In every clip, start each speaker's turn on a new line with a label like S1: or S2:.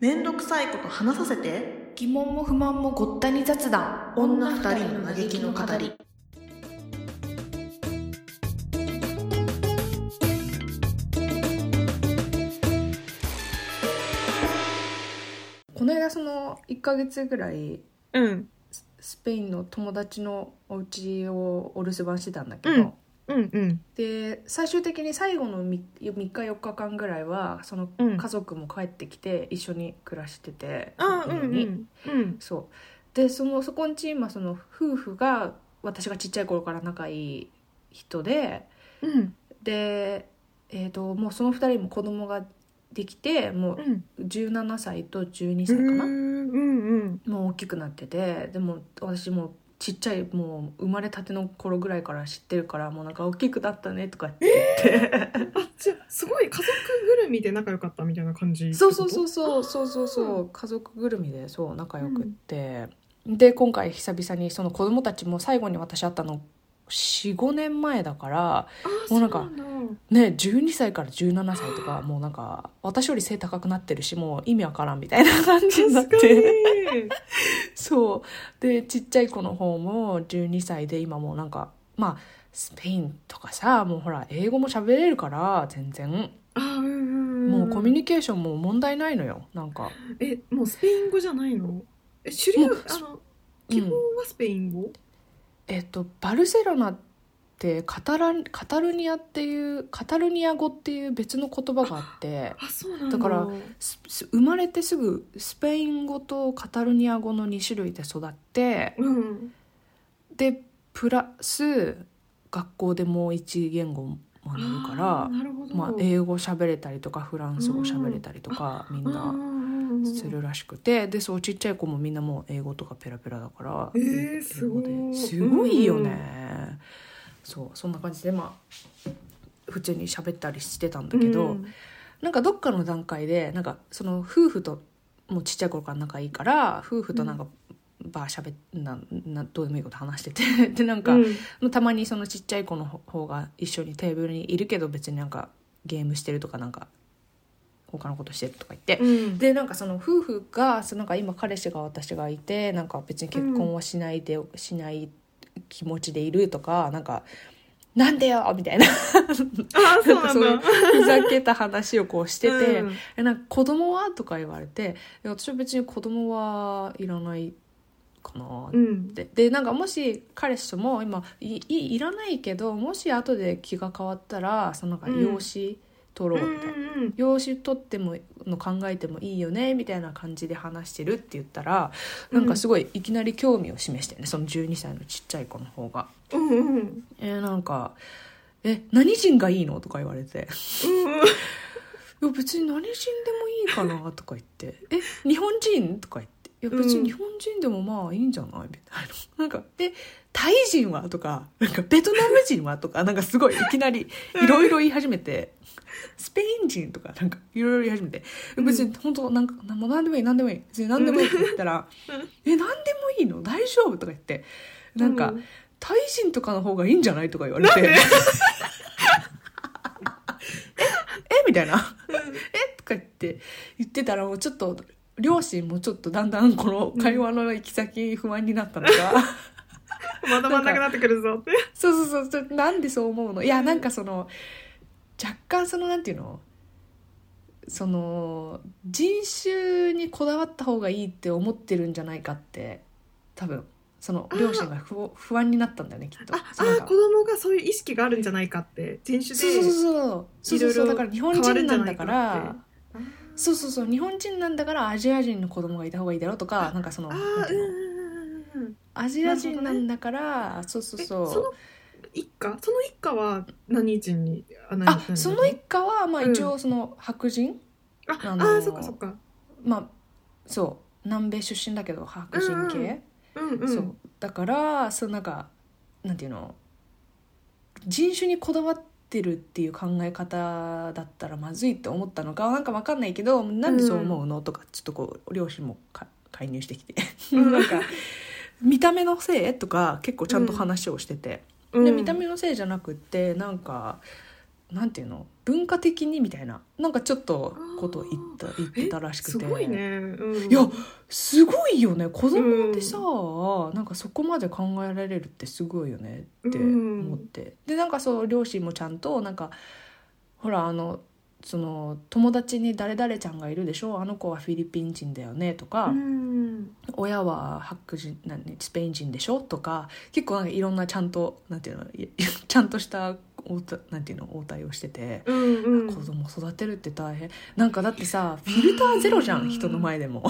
S1: めんどくさいこと話させて
S2: 疑問も不満もごったに雑談
S1: 女二人の嘆きの語り
S2: この間その1ヶ月ぐらい
S3: うん
S2: ススペインの友達のお家をお留守番してたんだけど、
S3: うんうんうん
S2: で最終的に最後の 3, 日4日間ぐらいはその
S3: うん
S2: 家族も帰ってきて一緒に暮らしてて、
S3: あ
S2: そ
S3: うん
S2: の
S3: う
S2: 時に
S3: んうん
S2: そうでそのそこんち今その夫婦が私がちっちゃい頃から仲いい人で
S3: うん
S2: で、えー、ともうその2人も子供ができても
S3: うん
S2: う17歳と12
S3: う
S2: 歳か
S3: ん
S2: な、
S3: うん
S2: もう大きくなっててでも私もうちっちゃいもう生まれたての頃ぐらいから知ってるからもうなんか大きくなったねとかって言って。
S3: あじゃあすごい家族ぐるみで仲良かったみたいな感じ
S2: そうそうそううそうそうそうそうう家族ぐるみでそう仲良くって、で今回久々にその子供たちも最後に私会ったの45年前だから
S3: あ
S2: も
S3: そうう
S2: な
S3: なんん
S2: か
S3: か
S2: ね12歳から17歳とかもうなんか私より背高くなってるしもう意味わからんみたいな感じになっ
S3: 確か
S2: て
S3: に
S2: そうでちっちゃい子の方も12歳で今もうなんかまあスペインとかさもうほら英語も喋れるから全然
S3: あうんうんん
S2: もうコミュニケーションも問題ないのよなんか。
S3: えもうスペイン語じゃないのえ主流
S2: もう
S3: あの
S2: うん
S3: 基本はスペイン語、
S2: えっと、バルセロナってカタランカタルニアっていうカタルニア語っていう別の言葉があって
S3: あそうなんだ
S2: だからすす生まれてすぐスペイン語とカタルニア語の2種類で育って
S3: うん
S2: でプラス学校でもう1言語学ぶか
S3: あー
S2: ら
S3: なるほど
S2: まあ、英語喋れたりとかフランス語喋れたりとかみんな
S3: な
S2: するらしくてでそうちっちゃい子もみんなもう英語とかペラペラだから、
S3: えーすごい
S2: 英語ですごいよね、そうそんな感じでまあ普通に喋ったりしてたんだけど、なんかどっかの段階でなんかその夫婦ともうちっちゃい頃から仲いいから夫婦となんか、バーしゃべななどうでもいいこと話してて でなんか、たまにそのちっちゃい子の方が一緒にテーブルにいるけど別になんかゲームしてるとかなんか他のことしてるとか言って、でなんかその夫婦がそのなんか今彼氏が私がいてなんか別に結婚はしないで、しない気持ちでいるとかなんか「なんでよ!」みたいな
S3: あそうなんだ
S2: そういうふざけた話をこうしてて「
S3: うん
S2: えなんか子供は?」とか言われていや私は別に子供はいらないかなって。
S3: うん
S2: でなんかもし彼氏とも今いいいらないけどもし後で気が変わったらそのなんか
S3: うん
S2: 養子取ろうみたいな、
S3: うん
S2: 養子取ってもの考えてもいいよねみたいな感じで話してるって言ったらなんかすごいいきなり興味を示してねその12歳のちっちゃい子の方が。
S3: うんうんうんうん
S2: えーなんか「え何人がいいの?」とか言われて「いや別に何人でもいいかな」とか言って「え日本人?」とか言って「いや別に日本人でもまあいいんじゃない?」みたいななんか「えタイ人は?」とか「なんかベトナム人は?」とかなんかすごいいきなりいろいろ言い始めて「スペイン人?」とかなんかいろいろ言い始めて
S3: うん
S2: 別に本当なんかなんもう何でもいい何でもいい別に何でもいいって言ったら「え何でもいいの大丈夫?」とか言ってなんか
S3: うん
S2: 「タイ人とかの方がいいんじゃない?」とか言われて「ええみたいな「えとか言って言ってたらもうちょっと両親もちょっとだんだんこの会話の行き先不安になったのが。
S3: まだまんなくなってくるぞって
S2: そうそうそうそうなんでそう思うのいやなんかその若干そのなんていうのその人種にこだわった方がいいって思ってるんじゃないかって多分その両親が不不安になったんだよねきっと
S3: ああ
S2: そうなん
S3: ー
S2: か
S3: 子供がそういう意識があるんじゃないかって人種
S2: そうそう
S3: で
S2: そうそうそう
S3: いろ
S2: そ
S3: いろ
S2: うだから日本人な
S3: 変わる
S2: んだか
S3: んじゃないからってあー
S2: そうそうそう日本人なんだからアジア人の子供がいた方がいいだろうとかなんかその
S3: あ
S2: なん
S3: ー
S2: て
S3: うん
S2: いう
S3: う
S2: の
S3: んうんうん
S2: アジア人なんだから、そうそう
S3: え
S2: そう
S3: その一家その一家は何人にあ何
S2: あ
S3: 何
S2: その一家はまあ
S3: うん
S2: 一応その白人、
S3: あ
S2: あ
S3: あ
S2: のー
S3: ーそっかそっか
S2: まあそう南米出身だけど白人系、
S3: うんうん
S2: そうだからそうなんかなんていうの人種にこだわってるっていう考え方だったらまずいって思ったのかなんかわかんないけどなんでそう思うの、とかちょっとこう両親もか介入してきて
S3: うん
S2: なんか見た目のせいとか結構ちゃんと話をしてて。
S3: うん
S2: で見た目のせいじゃなくってなんかなんていうの文化的にみたいななんかちょっとことを言った言ってたらしくて
S3: すごいね、うん、
S2: いやすごいよね子供ってさ、
S3: う
S2: なんかそこまで考えられるってすごいよねって
S3: うん
S2: 思って、でなんかそう両親もちゃんとなんかほらあのその友達に「誰々ちゃんがいるでしょあの子はフィリピン人だよね」とか、
S3: うん
S2: 親は白人何スペイン人でしょとか結構なんかいろんなちゃんとなんていうのい ちゃんとした応対なんていうの応対をしてて。
S3: うんうん
S2: 子供育てるって大変なんかだってさフィルターゼロじゃ
S3: うん
S2: ん人の前でも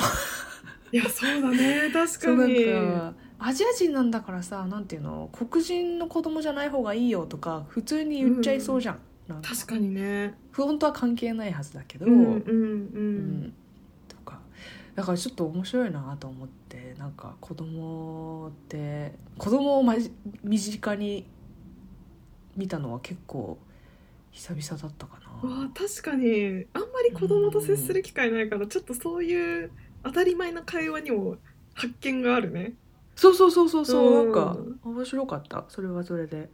S3: いやそうだね確
S2: そう
S3: か
S2: なん
S3: に
S2: かアジア人なんだからさなんていうの黒人の子供じゃない方がいいよとか普通に言っちゃいそうじゃん、なんか
S3: 確かにね
S2: 本当は関係ないはずだけど、
S3: うんうんう
S2: う
S3: ん
S2: んとかだからちょっと面白いなと思ってなんか子供って子供をまじ身近に見たのは結構久々だったか
S3: う
S2: な。
S3: わ確かにあんまり子供と接する機会ないから、ちょっとそういう当たり前の会話にも発見があるね
S2: そうそうそうそうそう、
S3: うん
S2: なんか面白かったそれはそれで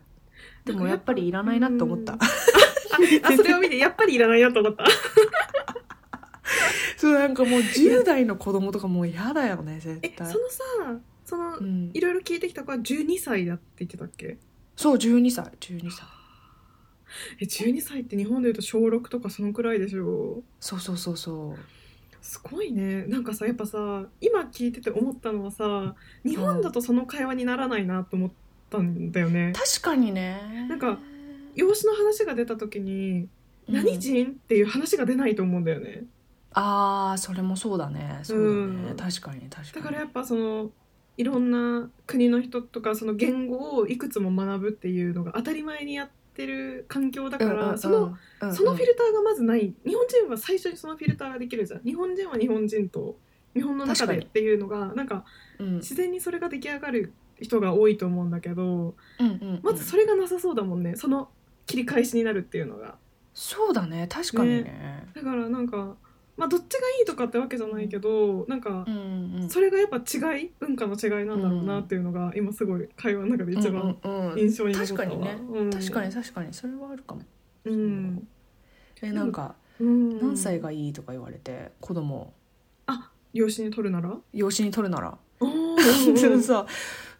S2: でもやっぱりいらないなって思った
S3: うんあそれを見てやっぱりいらないなと思 った
S2: そうなんかもう10代の子供とかもう嫌だよね絶
S3: えそ
S2: 対
S3: のさその、
S2: うん
S3: いろいろ聞いてきた子は12歳だって言ってたっけ
S2: そう12歳12歳
S3: え12歳って日本でいうと小6とかそのくらいでしょ
S2: そうそうそうそう
S3: すごいねなんかさやっぱさ今聞いてて思ったのはさ日本だとその会話にならないなと思ったんだよね、
S2: 確かにね
S3: なんか養子の話が出た時に「
S2: うん
S3: 何人?」っていう話が出ないと思うんだよね
S2: ああそれもそうだねそうだね、
S3: うん
S2: 確かに確か
S3: だ
S2: に
S3: からやっぱそのいろんな国の人とかその言語をいくつも学ぶっていうのが当たり前にやってる環境だから、そのそのフィルターがまずない日本人は最初にそのフィルターができるじゃん日本人は日本人と日本の中
S2: 確
S3: で
S2: か
S3: っ
S2: に
S3: ていうのがなんか
S2: ル、うん
S3: 自然にそれが出来上がる人が多いと思うんだけど
S2: うんうんうん
S3: まずそれがなさそうだもんねその切り返しになるっていうのが
S2: そうだね確かにね
S3: だからなんかまあどっちがいいとかってわけじゃないけどなんか
S2: うんうん
S3: それがやっぱ違い文化の違いなんだろうなっていうのが今すごい会話の中で一番
S2: うんうんうん
S3: 印象に残ったわ
S2: 確かにね
S3: うん
S2: 確かに確かにそれはあるかも
S3: うん
S2: えなんか
S3: うん
S2: 何歳がいいとか言われて子供を
S3: 養子に取るなら
S2: 養子に取るなら
S3: おー
S2: でもさ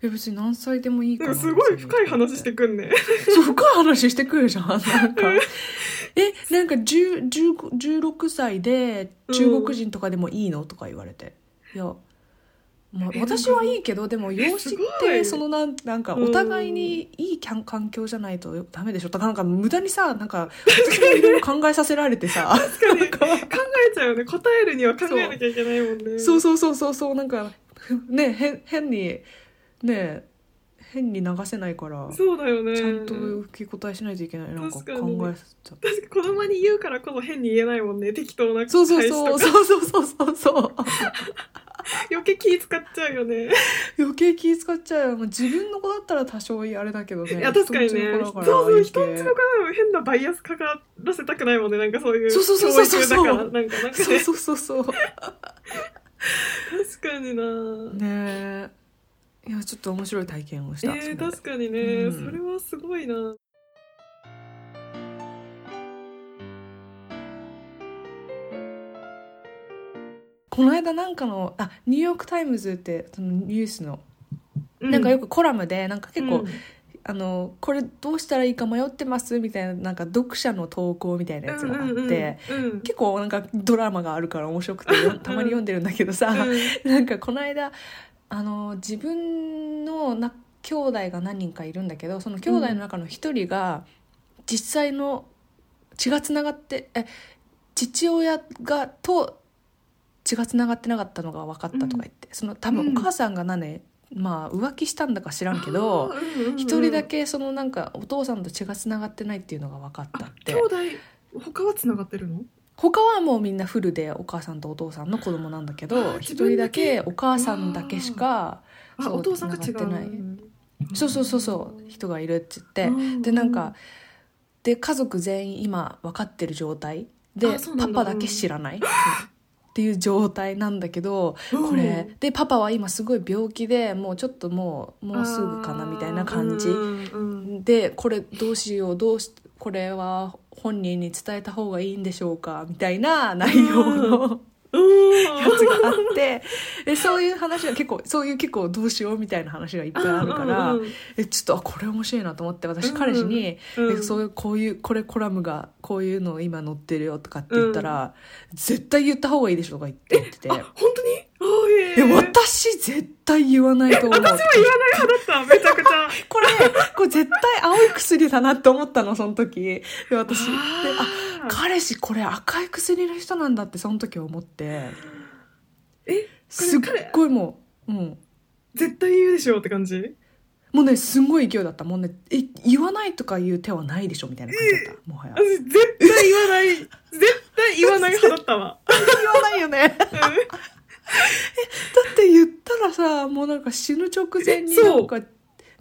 S2: いや別に何歳でもいいか
S3: なん
S2: ら
S3: かすごい深い話してくんね。
S2: そう、深い話してくるじゃん。なんか。え、なんか10 15 16歳で中国人とかでもいいのとか言われて。いや、まあ
S3: え
S2: 私はいいけど、でも養子
S3: す
S2: っ
S3: ご
S2: て、
S3: い
S2: そのなん、なんかお互いにいいきゃん環境じゃないとダメでしょとか、なんか無駄にさ、なんか私もいろいろ考えさせられてさ、
S3: 確かに
S2: なんか
S3: 考えちゃうよね。答えるには考えなきゃいけないもんね。
S2: そうそうそうそうそう、なんか、ね、変、変に、ね、変に流せないから。
S3: そうだよね。
S2: ちゃんと受け答えしないといけない。なんか考
S3: 確かに
S2: えちゃった。
S3: 確かに子供に言うからこそ変に言えないもんね。適当な返し
S2: そ
S3: と
S2: う
S3: か
S2: そうそうそうそうそうそうそう。
S3: 余計気使っちゃうよね。
S2: 余計気使っちゃうよ。もう自分の子だったら多少いいあれだけどね。
S3: いや確かにね。
S2: 人んちの
S3: そう
S2: 子だから
S3: そう
S2: 余計
S3: 人んちの子は変なバイアスかからせたくないもんね。なんかそういう
S2: そうそうそうそうそう
S3: 教育だからなんかなんか
S2: そう
S3: ね。
S2: そうそうそう。
S3: 確かにな。
S2: ねえ。いやちょっと面白い体験をし
S3: え
S2: た。それ
S3: ー、
S2: で
S3: 確かにね、
S2: うん
S3: それはすごいな。
S2: この間なんかのあニューヨークタイムズってそのニュースの、なんかよ
S3: く
S2: くコラムでなんか結構、
S3: うん
S2: あのこれどうしたらいいか迷ってますみたいななんか読者の投稿みたいなやつがあって。
S3: うんうんうん
S2: 結構なんかドラマがあるから面白くてよたまに読んでるんだけどさ、 なんかこの間あの自分のな兄弟が何人かいるんだけどその兄弟の中の一人が実際の血がつながってえ父親がと血がつながってなかったのが分かったとか言って、その多分お母さんが何、まあ浮気したんだか知らんけど一人だけそのなんかお父さんと血がつながってないっていうのが分かったって
S3: 兄弟他はつながってるの
S2: 他はもうみんなフルでお母さんとお父さんの子供なんだけ
S3: あ
S2: ど
S3: ー
S2: 一
S3: 自
S2: 人
S3: 分
S2: だ
S3: だけ
S2: けお母さんだけしか
S3: あ
S2: そう
S3: お父さんが違う
S2: 繋がってないそうそうそうそう人がいるって言って、
S3: うん
S2: でなんかで家族全員今分かってる状態で
S3: あそうな
S2: パ
S3: んだ
S2: パだけ知らない、っていう状態なんだけどこれ、でパパは今すごい病気でもうちょっともうもうすぐかなみたいな感じ
S3: うんうんうん
S2: でこれどうしようどうしこれは本人に伝えた方がいいんでしょうかみたいな内容のやつがあってでそういう話が結構そういう結構どうしようみたいな話がいっぱいあるからえちょっとあこれ面白いなと思って私彼氏にえそういうこういうこれコラムがこういうの今載ってるよとかって言ったら、絶対言った方がいいでしょとか言って言ってて
S3: あ本当にあえ
S2: え私絶対言わないと思う
S3: 私は言わない派だっためちゃくちゃ
S2: これこれ絶対青い薬だなって思ったのその時で私であ
S3: あー
S2: 彼氏これ赤い薬の人なんだってその時思って
S3: え
S2: すっごいもう、うん、
S3: 絶対言うでしょって感じ
S2: もうねすんごい勢いだったもうねえ言わないとかいう手はないでしょみたいな感じだったもはや
S3: 私絶対言わない絶対言わない派だったわ
S2: 言わないよね
S3: う
S2: だって言ったらさもうなんか死ぬ直前に
S3: そう
S2: なんかね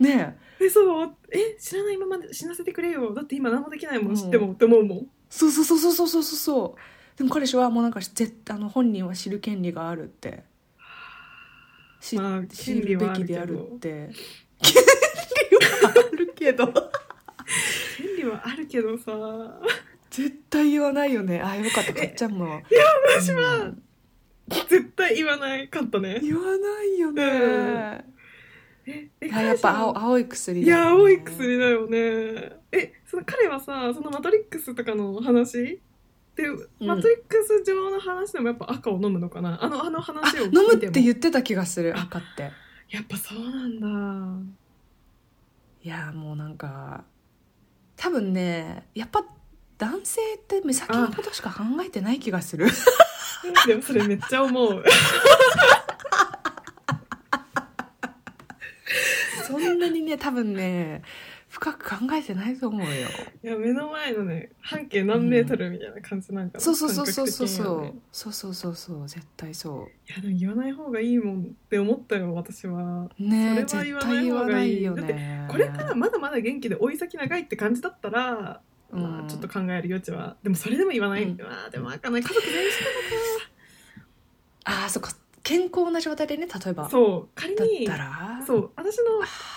S2: え
S3: んえそうえ知らないままで死なせてくれよだって今何もできないもん知ってもって思うもん
S2: そうそうそうそうそうそうそうそうでも彼氏はもうなんか絶あの本人は知る権利があるってし
S3: まあ
S2: 知るべきであるって権利はあるけど
S3: 権利はあるけどさ
S2: 絶対言わないよねあよかったかっちゃんもいや私は、うん
S3: 絶対言わないかったね
S2: 言わないよね、
S3: うんええ
S2: いややっぱ青青い薬
S3: いや
S2: よね
S3: 青い薬だよねえその彼はさそのマトリックスとかの話で、マトリックス上の話でもやっぱ赤を飲むのかなあのあの
S2: あ
S3: 話を聞い
S2: 飲
S3: ても
S2: むって言ってた気がする
S3: あ
S2: 赤って
S3: やっぱそうなんだ
S2: いやもうなんか多分ねやっぱ男性って目先のことしか考えてない気がする
S3: でもそれめっちゃ思 う
S2: そんなにね多分ね深く考えてないと思うよ
S3: いや目の前のね半径何メートルみたいな感じなんかな、
S2: そうそうそうそうそ
S3: 感覚
S2: う
S3: 的には
S2: そう
S3: ね
S2: そうそうそうそう絶対そ
S3: いやでも言わない方がいいもんって思ったよ私は
S2: うねえ
S3: それ
S2: 絶
S3: は
S2: 対
S3: 言
S2: 言わ
S3: わ
S2: な
S3: ないい
S2: よ
S3: 方がいい
S2: ね
S3: これからまだまだ元気で追い先長いって感じだったら、ま
S2: うん
S3: あ、ちょっと考える余地はでもそれでも言わない、
S2: うん
S3: まあでも開かない家族全員し
S2: ああそっか健康な状態でね例えば
S3: たそう仮
S2: だっ
S3: に
S2: たら
S3: そう私の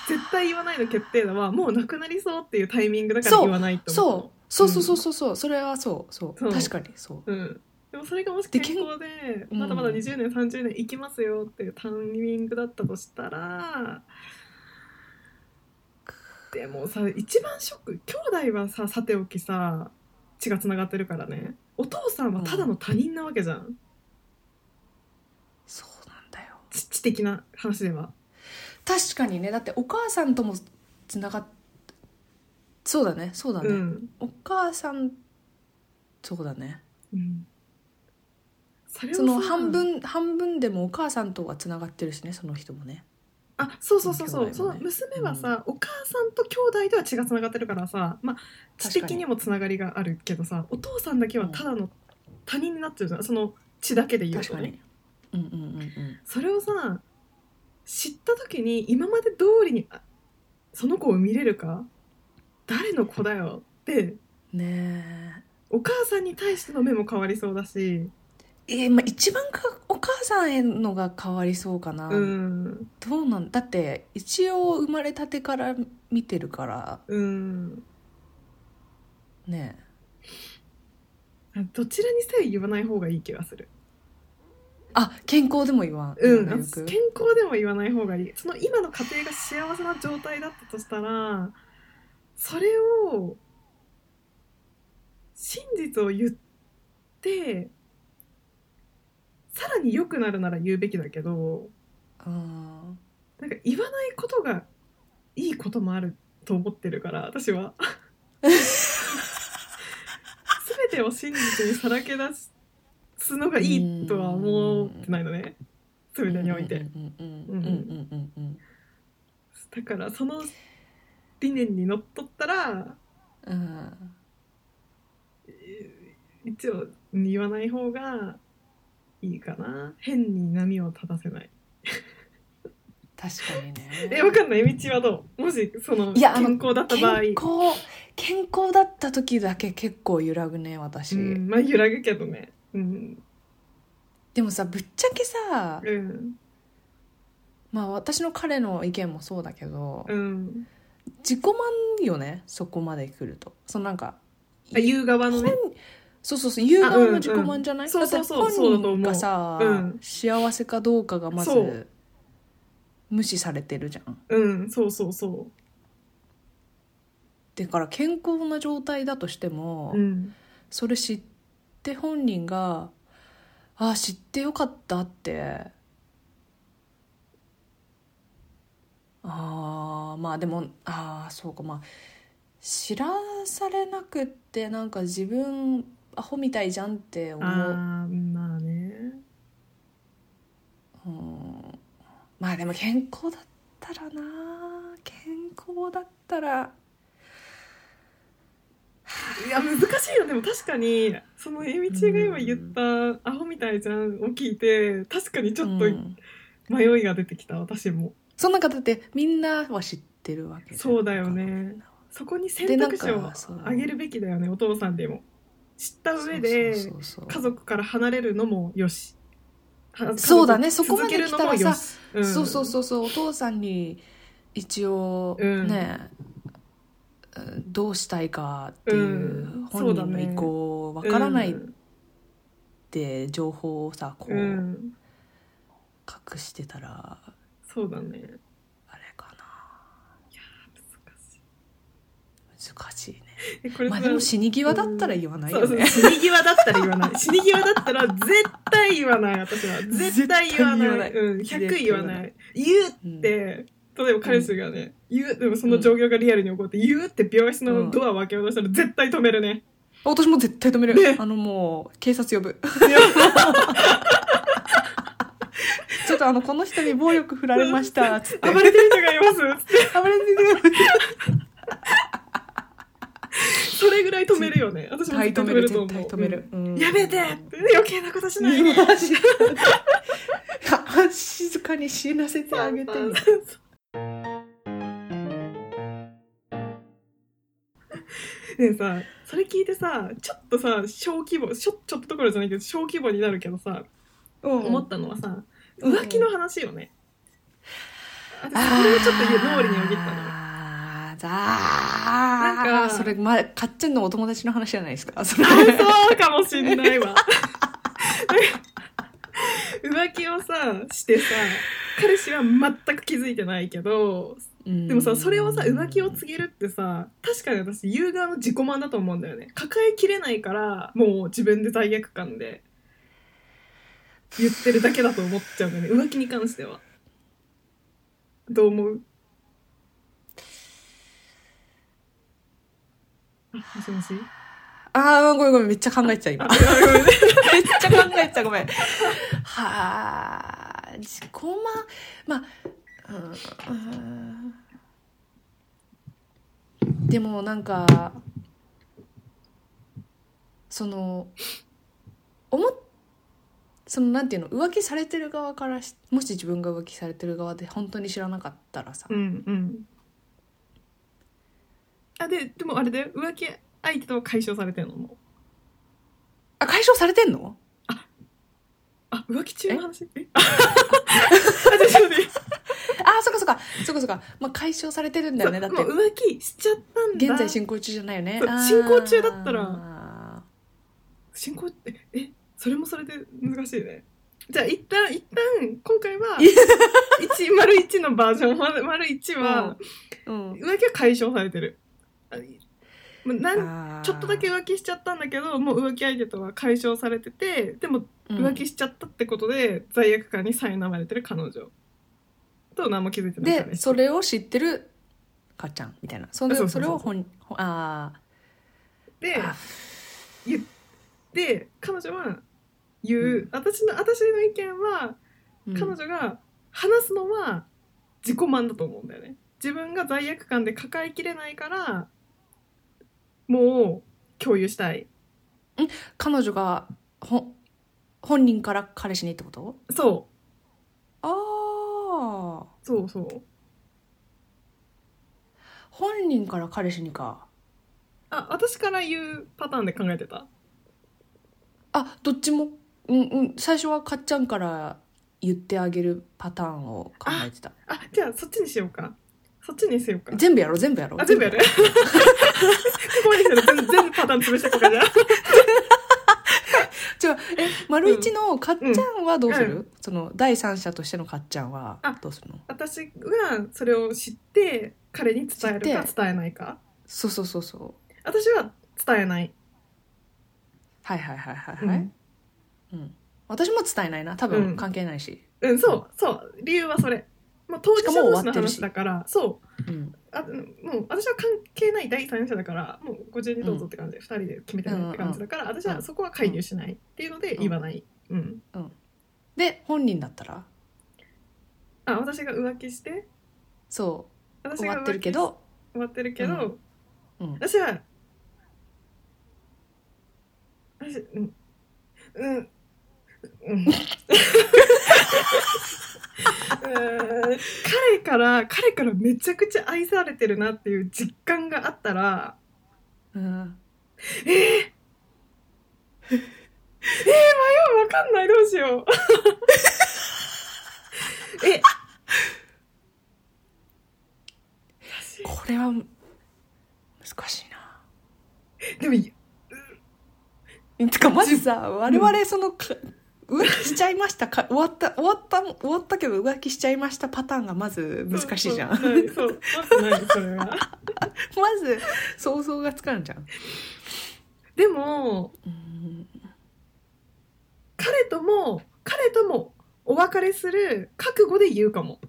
S3: 絶対言わないの決定打はもうなくなりそうっていうタイミングだから言わないと思
S2: そうそうそうそうそうそう、それはそうそう
S3: そう
S2: 確かにそ
S3: う、う
S2: う
S3: ん、でもそれがもし
S2: でけん
S3: 健康で
S2: うん
S3: まだまだ20年30年いきますよっていうタイミングだったとしたらでもさ一番ショック兄弟はささておきさ血がつながってるからねお父さんはただの他人なわけじゃん、
S2: そうなんだよ
S3: 知知的な話では
S2: 確かにねだってお母さんともつながっそうだねそうだね、
S3: うん、
S2: お母さんそうだね
S3: うん、それをさ
S2: その半分半分でもお母さんとはつながってるしねその人もね
S3: あそうそうそうそう、
S2: 兄弟
S3: そ
S2: も
S3: の
S2: ね
S3: 娘はさ、お母さんと兄弟では血がつながってるからさ、まあ、知
S2: 確か
S3: 的
S2: に
S3: にもつながりがあるけどさお父さんだけはただの他人になっちゃうじゃんその血だけで言う
S2: 確
S3: と
S2: か
S3: ね
S2: にうんうんうんうん
S3: それをさ知った時に今まで通りにあその子を見れるか誰の子だよって
S2: ね
S3: お母さんに対しての目も変わりそうだし
S2: ええーまあ、一番かお母さんへのが変わりそうかな、
S3: うん
S2: どうなんだって一応生まれたてから見てるから
S3: うん
S2: ね
S3: どちらにせよ言わない方がいい気がする。
S2: あ健康でも言わん、
S3: うん、
S2: 言わ
S3: 健
S2: なよく
S3: 康でも言わない方がいいその今の家庭が幸せな状態だったとしたらそれを真実を言ってさらに良くなるなら言うべきだけど
S2: うん
S3: なんか言わないことがいいこともあると思ってるから私は全てを真実にさらけ出すのがいいとは思ってないのね全てにおいて。
S2: うんう
S3: う
S2: んうんん
S3: うん
S2: うんうん
S3: だからその理念にのっとったら
S2: うんうん
S3: えー一応言わない方がいいかな変に波を立たせない
S2: 確かにね
S3: えわかんない道はどうもしその
S2: いやあの
S3: 健康だった場合
S2: 健康健康だった時だけ結構揺らぐね私、
S3: うん、まあ揺らぐけどねうん
S2: でもさぶっちゃけさ、
S3: うん
S2: まあ私の彼の意見もそうだけど、
S3: うん
S2: 自己満よねそこまで来るとそのなんか
S3: あ言う側のね
S2: そうそうそう言う側
S3: あうん
S2: が自己満じゃない、
S3: うんそうそうそう
S2: だって本人がさ、
S3: そうだと思ううん
S2: 幸せかどうかがま
S3: そ
S2: ず
S3: う
S2: 無視されてるじゃん
S3: うんそうそうそ
S2: だから健康な状態だとしても、
S3: ううん
S2: それ知って本人が「ああ知ってよかった」ってああまあでもああそうかまあ知らされなくってなんか自分アホみたいじゃんって思う
S3: あーまあね
S2: うんまあでも健康だったらな健康だったら
S3: いや難しいよでも確かにそのえみちが今言った「アホみたいじゃん」を聞いて確かにちょっと
S2: うん
S3: 迷いが出てきた私も
S2: そんな方ってみんなは知ってるわけじゃん
S3: そうだよねそこに選択肢
S2: でなん
S3: を
S2: かそう
S3: あげるべきだよねお父さんでも知った上で
S2: そうそうそうそう
S3: 家族から離れるのもよしは
S2: そうだね
S3: 家族
S2: そこまで来た
S3: 続け
S2: らさ
S3: るのもよしん
S2: そうそうそうそうお父さんに一応
S3: うん
S2: ね、うんどうしたいかっていう
S3: うん
S2: 本人
S3: そうだ
S2: の
S3: ね
S2: 意向わからないっ
S3: うん
S2: て情報をさこう
S3: う
S2: 隠
S3: ん
S2: してたら
S3: そうだね
S2: あれかな
S3: 難しい
S2: 難しいね
S3: えこれ
S2: まあ
S3: さ
S2: でも死に際だったら言わない
S3: そう
S2: よ
S3: そう
S2: ね
S3: 死に際だったら言わ ない死に際だったら絶対言わない私は絶対言わない
S2: 絶対言
S3: うん、100言わ
S2: わない
S3: ない言う
S2: うん
S3: って例えば彼氏がね、言うでもその状況がリアルに起こって言うって病室のドアを開けようとしたら絶対止めるね、
S2: 私も絶対止める、
S3: ね
S2: あのもう警察呼ぶ ちょっとあのこの人に暴力振られましたつって
S3: 暴れてる人がいますつっ
S2: 暴れてる
S3: てそれぐらい止めるよね私
S2: 絶
S3: も絶対止
S2: 対止め
S3: める
S2: る
S3: と思
S2: 絶
S3: う
S2: 対止める、
S3: う
S2: うんん
S3: やめて余計なことしないで
S2: マジ静かに死なせてあげて
S3: そう ねえさそれ聞いてさちょっとさ小規模ちょちょっとどころじゃないけど小規模になるけどさ、思ったのはさ
S2: うん
S3: 浮気の話よね、あそれをちょっと脳裏によぎったの
S2: あーざー
S3: なんか
S2: それ、まあ、かっちゃんのお友達の話じゃないですかそれ
S3: あそうかもしんないわ 浮気をさしてさ彼氏は全く気づいてないけどでもさそれをさ浮気を告げるってさ確かに私言う側の自己満だと思うんだよね抱えきれないからもう自分で罪悪感で言ってるだけだと思っちゃうんだよね浮気に関してはどう思うあもしもし
S2: ああごめんごめんめっちゃ考えてた今めっちゃ考えてたごめんはあ自己満まあうんうんでもなんかその思っそのなんていうの浮気されてる側からしもし自分が浮気されてる側で本当に知らなかったらさ、
S3: うんうんあででもあれだよ浮気相手とは解消されてんのもう
S2: あ解消されてんの
S3: あ浮気中の話えあちょっと待って
S2: ああそっかそっかそっかそっか、まあ、解消されてるんだよねだ
S3: そ
S2: っ
S3: う
S2: て
S3: もう浮気しちゃったんだ
S2: 現在進行中じゃないよね
S3: そう
S2: あー
S3: 進行中だったら
S2: あ
S3: 進行ってえそれもそれで難しいねじゃあ一旦一旦今回は
S2: いや
S3: 一丸一のバージョン 丸丸一
S2: ー
S3: は、
S2: うん
S3: 浮気は解消されてるあもうなん
S2: あー
S3: ちょっとだけ浮気しちゃったんだけどもう浮気相手とは解消されててでも浮気しちゃったってことで、罪悪感に苛まれてる彼女と何も気づいて
S2: う
S3: なんい彼氏
S2: でそれを知ってるかっちゃんみたいなそれ
S3: そうそ
S2: そう
S3: そう
S2: れを本本あ
S3: で
S2: ーあ
S3: 言って彼女は言う、
S2: うん
S3: 私の私の意見は、
S2: うん
S3: 彼女が話すのは自己満だと思うんだよね自分が罪悪感で抱えきれないからもう共有したい
S2: 彼女がほ本人から彼氏にってこと
S3: そ
S2: ああ
S3: うそうそう
S2: 本人から彼氏にか
S3: あ私から言うパターンで考えてた
S2: あどっちもうんうん最初はかっちゃんから言ってあげるパターンを考えてた
S3: あじゃあそっちにしようかそっちにせようか。
S2: 全部やろう全部やろう
S3: あ、全部やるここまで来たら全全部パターン潰してこかじゃあ。
S2: じゃあえ丸一のかっちゃんはどうする、
S3: う
S2: その第三者としてのかっちゃんは
S3: あ
S2: どうするの
S3: 私がそれを知って、彼に伝えるか
S2: 知っ
S3: 伝えないか。
S2: そうそうそうそう
S3: 私は伝えない。
S2: はいはいはいはい
S3: うん
S2: はい、うん、私も伝えないな多
S3: う
S2: 分
S3: ん
S2: 関係ないし、
S3: うん、そう、そう。理由はそれ。まあ、当事者同士の話だから、そう。
S2: うん
S3: あうんもう私は関係ない第三者だからもうご自由にどうぞって感じで、二人で決めてねって感じだから、私はそこは介入しないっていうので言わない、うん
S2: で本人だったら
S3: あ私が浮気して
S2: そ
S3: 私が
S2: う終わってる
S3: 浮気
S2: けど、
S3: 終わってるけど、
S2: うん、
S3: 私は私うんうん うんうーん彼から彼からめちゃくちゃ愛されてるなっていう実感があったら
S2: うん、
S3: わかんないどう しよう。え、
S2: これは難しい
S3: で
S2: な
S3: も
S2: てかマジさ我々そのか浮気しちゃいましたか終わった終わった終わったけど浮気しちゃいましたパターンがまず難しいじゃんま
S3: そうそうそうそうまずないそれは。
S2: ず想像がつかんじゃん
S3: でも
S2: うん
S3: 彼とも彼ともお別れする覚悟で言うかも。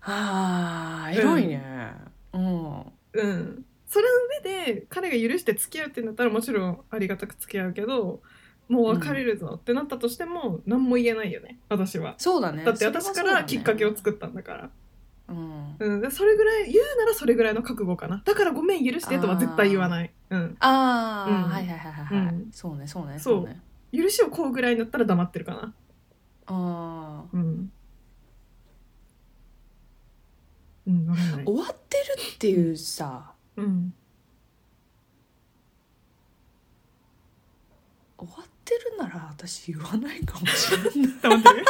S2: あーエロいねうん、
S3: うん。それの上で彼が許して付き合うってなったらもちろんありがたく付き合うけど、もう別れるぞってなったとしても何も言えないよね。私は。
S2: そうだね
S3: だって私からきっかけを
S2: る
S3: 作ったんだから。
S2: うん
S3: うん、でそれぐらい言うならそれぐらいの覚悟かなだからごめん許してとは絶対言わない、うん、
S2: ああ、
S3: うん
S2: はいはいはいはい、は
S3: う
S2: い
S3: ん
S2: そうねそうね
S3: そう
S2: ね
S3: 許しをこうぐらいになったら黙ってるかな
S2: ああ
S3: うんうんわかんない
S2: 終わってるっていうさ
S3: うん
S2: 終わってるなら私言わないかもし れない
S3: 黙ってる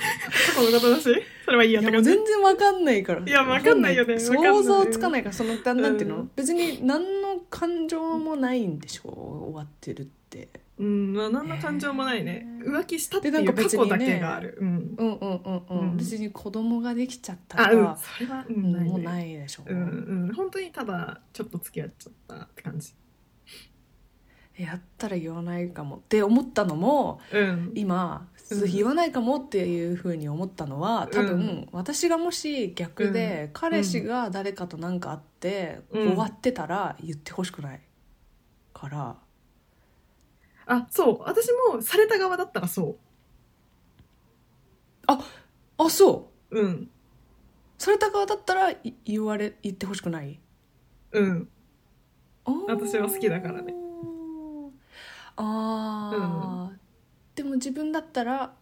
S3: 過去のことだしそれはいいやっ
S2: いや
S3: て
S2: もう
S3: 感じ
S2: 全然わかんないから
S3: いやわかんないよねわかんない
S2: 想像つかないからそのなんなんていうの、
S3: うん
S2: 別に何の感情もないんでしょ終わってるって
S3: うんまあ何の感情もないね
S2: へー
S3: 浮気したって
S2: で
S3: い
S2: な
S3: うん過
S2: か別
S3: 去
S2: にね
S3: だけがある、うん、
S2: うんうんうんうん、
S3: うん
S2: 別に子供ができちゃった
S3: あ
S2: と
S3: うん
S2: か、
S3: それは、う
S2: うん
S3: ん、ない
S2: もう
S3: ね
S2: ないでしょ、
S3: うんうん本当にただちょっと付き合っちゃったって感じ
S2: やったら言わないかもって思ったのも
S3: うん
S2: 今
S3: うん
S2: 言わないかもっていうふうに思ったのは多分、
S3: うん
S2: 私がもし逆で、彼氏が誰かと何かあって、
S3: うん
S2: 終わってたら言ってほしくないから。
S3: あそう私もされた側だったらそ
S2: あそ
S3: う
S2: う
S3: うん
S2: された側だったらい言われ言ってほしくない
S3: うん
S2: あー
S3: 私は好きだからね
S2: あー、でも自分だったら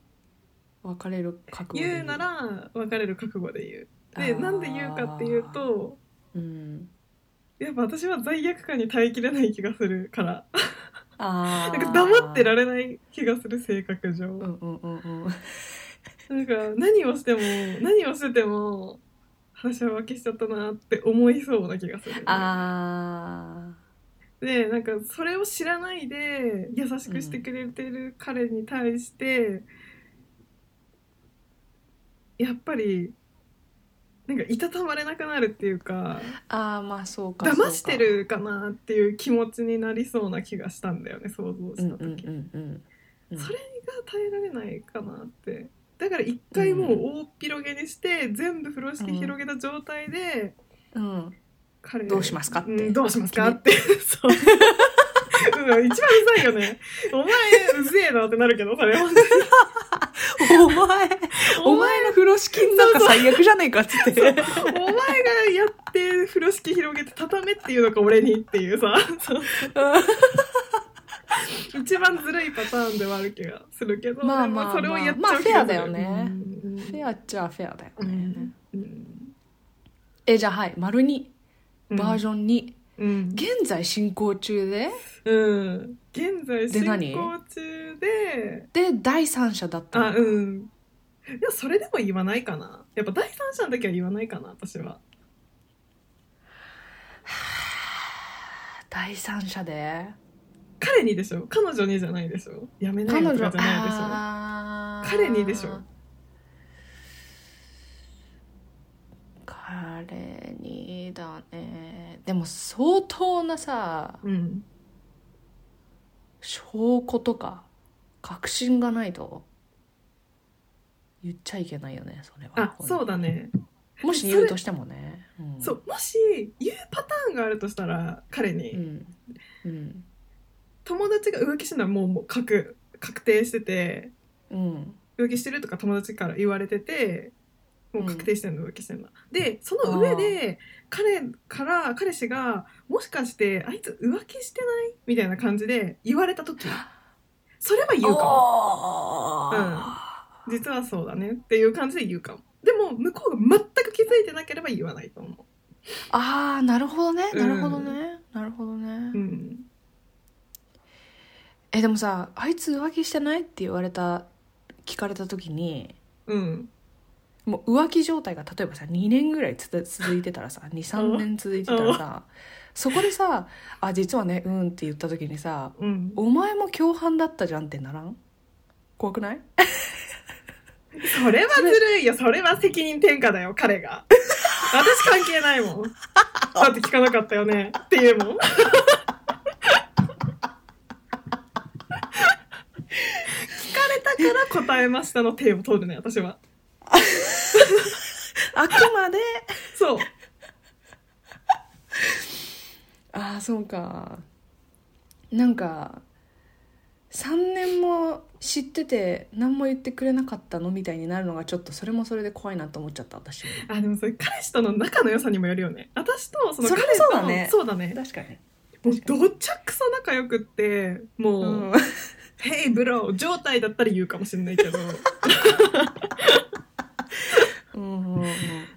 S2: 別れる覚悟でいい
S3: 言うなら別れる覚悟で言うで
S2: あー
S3: なんで言うかっていうと
S2: うん
S3: やっぱ私は罪悪感に耐えきれない気がするから
S2: あ
S3: な
S2: ー
S3: んか黙ってられない気がする性格上
S2: うんうんうんうん
S3: なんか何をしても何をしてても私は浮気しちゃったなって思いそうな気がする
S2: あ
S3: でなんかそれを知らないで優しくしてくれてる彼に対して、やっぱりなんかいたたまれなくなるっていうか
S2: ーあーまあそうか
S3: 騙して
S2: そう
S3: るかなっていう気持ちになりそうな気がしたんだよね想像
S2: かう
S3: し
S2: ん
S3: た
S2: うん
S3: 時、
S2: うんうんうん
S3: それが耐えられないかなってだから一回もう大広げにして、全部風呂敷広げた状態で、
S2: うん
S3: 彼
S2: どうしますかって
S3: うんどうしますか って そう、うん、一番うざいよねお前うぜえなってなるけどそ れは
S2: お前お前の風呂敷なんか最悪じゃねえかっつって
S3: お前がやって風呂敷広げて畳めっていうのか俺にっていうさそう一番ずるいパターンではある気がするけど
S2: まあまあ
S3: でもそれをやっち
S2: まあ
S3: ゃう気がする
S2: まあフェアだよね
S3: うん
S2: フェアっちゃフェアだよね、
S3: うんうん
S2: えじゃあはい丸二バージョン2、
S3: うん
S2: 現在進行中で
S3: うん、現在
S2: で
S3: 進
S2: 何
S3: 行中で
S2: で第三者だった
S3: あ
S2: の
S3: うんいやそれでも言わないかなやっぱ第三者の時は言わないかな私は
S2: 第三者で
S3: 彼にでしょ彼女にじゃないでしょやめないよとかじゃないでしょ
S2: あー
S3: 彼にでしょ
S2: 彼にだねでも相当なさ
S3: うん、
S2: 証拠とか確信がないと言っちゃいけないよねそれは
S3: あそうだね、
S2: もし言うとしてもね、うん、
S3: そうもし言うパターンがあるとしたら彼に、
S2: うん、うん
S3: 友達が浮気してるのはもうもう確確定してて
S2: うん
S3: 浮気してるとか友達から言われててもう確定してるの浮気してるの、でその上で彼から彼氏がもしかしてあいつ浮気してないみたいな感じで言われた時それは言うかも
S2: か
S3: 実はそうだねっていう感じで言うかもでも向こうが全く気づいてなければ言わないと思
S2: あーなるほどね
S3: うん
S2: なるほどね、なるほどね、
S3: ううん
S2: えでもさあいつ浮気してないって言われた聞かれた時に
S3: うん
S2: もう浮気状態が例えばさ2年ぐらいつづ続いてたらさ23年続いてたらさそこでさ「あ実はねうん」って言った時にさ
S3: うん
S2: 「お前も共犯だったじゃん」ってならん怖くない
S3: それはずるいよそれは責任転嫁だよ彼が私関係ない もんだって聞かなかったよねって言うもん聞かれたから答えましたの手を取るね私は
S2: あくまで
S3: そう
S2: ああそうかなんか3年も知ってて何も言ってくれなかったのみたいになるのがちょっとそれもそれで怖いなと思っちゃった私
S3: あでもそれ彼氏との仲の良さにもよるよね私とその
S2: それ
S3: 彼
S2: も
S3: と
S2: そうだね
S3: そうだね
S2: 確かに
S3: もうどっちゃくそ仲良くってもう、
S2: うん
S3: ヘイブロー状態だったら言うかもしれないけど